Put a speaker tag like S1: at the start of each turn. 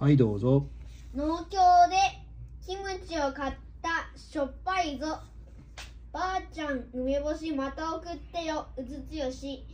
S1: はい、どうぞ。
S2: 農協でキムチを買ったしょっぱいぞばあちゃん梅干しまた送ってようずつよし